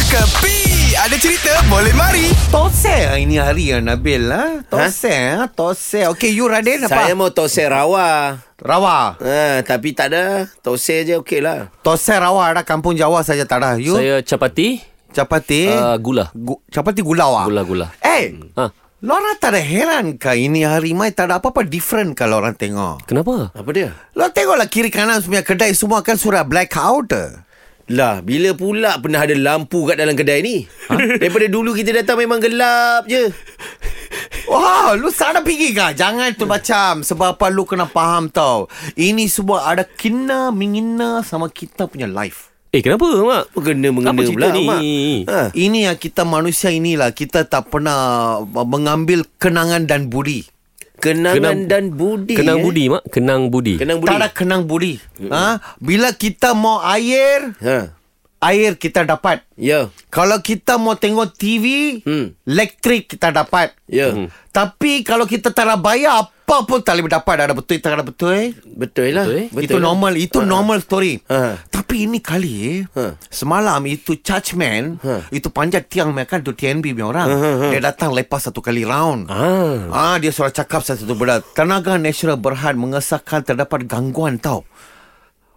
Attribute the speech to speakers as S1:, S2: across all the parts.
S1: Kepi Ada cerita boleh mari
S2: Tosel ini hari ya Nabil ha? Tosel ha? Tosel Okay you Raden apa?
S3: Saya mau tosai rawa.
S2: Rawa
S3: Ha, tapi tak ada. Tosai je okey lah.
S2: Tosel rawa ada kampung Jawa saja tak ada You
S4: Saya capati
S2: Capati
S3: Eh.
S4: uh, gula.
S2: Gu- Capati gulau ah.
S4: Gula-gula.
S2: Eh
S4: Ha.
S2: Lorang tak ada heran ke ini hari mai tak ada apa-apa different kalau orang tengok.
S4: Kenapa?
S3: Apa dia?
S2: Lo tengoklah kiri kanan punya kedai semua kan sudah blackout.
S3: Lah, bila pula pernah ada lampu kat dalam kedai ni? Ha? Daripada dulu kita datang memang gelap je.
S2: Wah, lu sana pergi ke? Jangan tu macam sebab apa lu kena faham tau. Ini semua ada kena mengena sama kita punya life.
S4: Eh kenapa mak?
S3: Kena
S4: Apa
S3: mengena
S4: cerita
S3: pula,
S4: ni?
S3: Mak. Ha.
S2: Ini yang kita manusia inilah kita tak pernah uh, mengambil kenangan dan budi.
S3: Kenangan Kenang, dan budi. eh.
S4: Kenang budi mak, kenang budi.
S3: Kenang budi. Hmm.
S2: Tak ada kenang budi. Ha? Bila kita mau air,
S3: Ha.
S2: air kita dapat.
S3: Ya.
S2: Kalau kita mau tengok TV,
S3: Hmm.
S2: elektrik kita dapat.
S3: Ya. Hmm.
S2: Tapi kalau kita tak nak bayar, apa pun tak boleh dapat. Ada betul, tak ada betul.
S3: Betul lah.
S4: Betul, eh?
S2: Betul itu
S3: lah.
S2: normal, itu normal story.
S3: Ha.
S2: Tapi ini kali,
S3: Ha.
S2: semalam itu chargeman, itu panjat tiang mereka tu TNB punya orang. Dia datang lepas satu kali round. Ah,
S4: Ah.
S2: dia suruh cakap satu tu benda. Tenaga Nasional Berhad mengesahkan terdapat gangguan tau.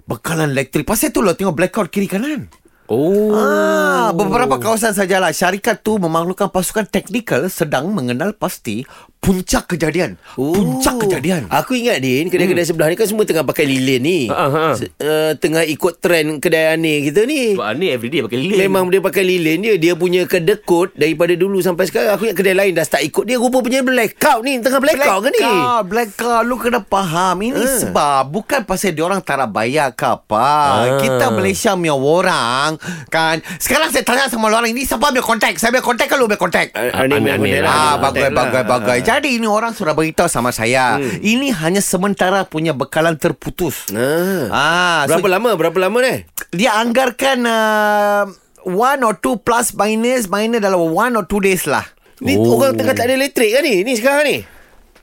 S2: Bekalan elektrik. Pasal tu lah tengok blackout kiri kanan.
S4: Oh.
S2: Ah, beberapa kawasan sajalah syarikat tu memerlukan pasukan teknikal sedang mengenal pasti puncak kejadian. Oh. Puncak kejadian.
S3: Aku ingat Din Kedai-kedai hmm. sebelah ni kan Semua tengah pakai lilin ni
S4: Ha, ha, ha.
S3: Se- uh, Tengah ikut trend Kedai aneh kita ni
S4: Sebab ni everyday pakai lilin.
S3: Memang dia pakai lilin dia Dia punya kedekut Daripada dulu sampai sekarang Aku ingat kedai lain dah start ikut Dia rupa punya blackout ni Tengah blackout, ke ni Eh.
S2: Blackout, blackout. Lu kena faham. Ini uh. sebab bukan pasal diorang tak nak bayar ke apa.
S4: Ah.
S2: Kita Malaysia punya orang kan. Sekarang saya tanya sama lu orang ini siapa punya kontak? Saya punya kontak ke lu punya kontak?
S3: Eh,
S4: Amir, Amir
S2: Ah,
S4: lah.
S2: bagai, bagai, bagai.
S3: Ah.
S2: Jadi ini orang sudah beritahu sama saya. Hmm. Ini hanya sementara punya bekalan terputus.
S3: Ah.
S2: Ah, so
S3: Berapa lama? Berapa lama ni?
S2: dia anggarkan uh, one or two plus minus minus dalam one or two days lah.
S3: Ni
S4: Oh.
S3: orang tengah tak ada elektrik kan ni? Ni sekarang ni?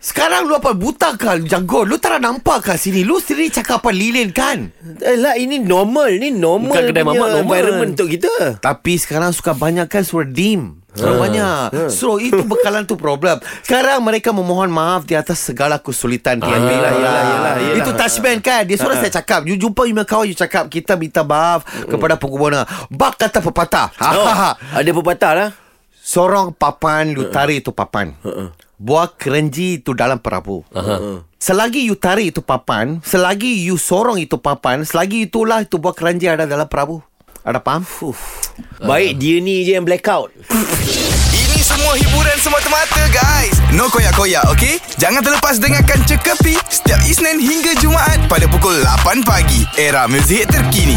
S2: Sekarang lu apa buta kah lu jago? Lu tak nak nampak kah sini? Lu sendiri cakap apa lilin kan?
S3: Eh lah ini normal Ni normal
S4: Bukan kedai
S3: punya
S4: mamak, normal.
S3: Environment untuk kita
S2: Tapi sekarang suka banyak kan suruh dim. Suruh banyak. So itu bekalan tu problem. Sekarang mereka memohon maaf di atas segala kesulitan ah, TNB lah.
S3: yelah, yelah, yelah.
S2: Itu touchman kan. Dia suruh saya cakap. You jumpa email kawan you cakap. Kita minta maaf kepada pengguna. Bak kata pepatah. Ha,
S3: oh, Ada pepatah lah
S2: Sorong papan You tarik itu papan Buah kerenji itu dalam perahu Uh-huh. Selagi you tarik itu papan Selagi you sorong itu papan Selagi itulah itu buah kerenji ada dalam perahu Ada faham?
S3: Baik dia ni je yang blackout
S1: Ini semua hiburan semata-mata guys No koyak-koyak ok Jangan terlepas dengarkan Cekapi Setiap Isnin hingga Jumaat Pada pukul 8 pagi Era muzik terkini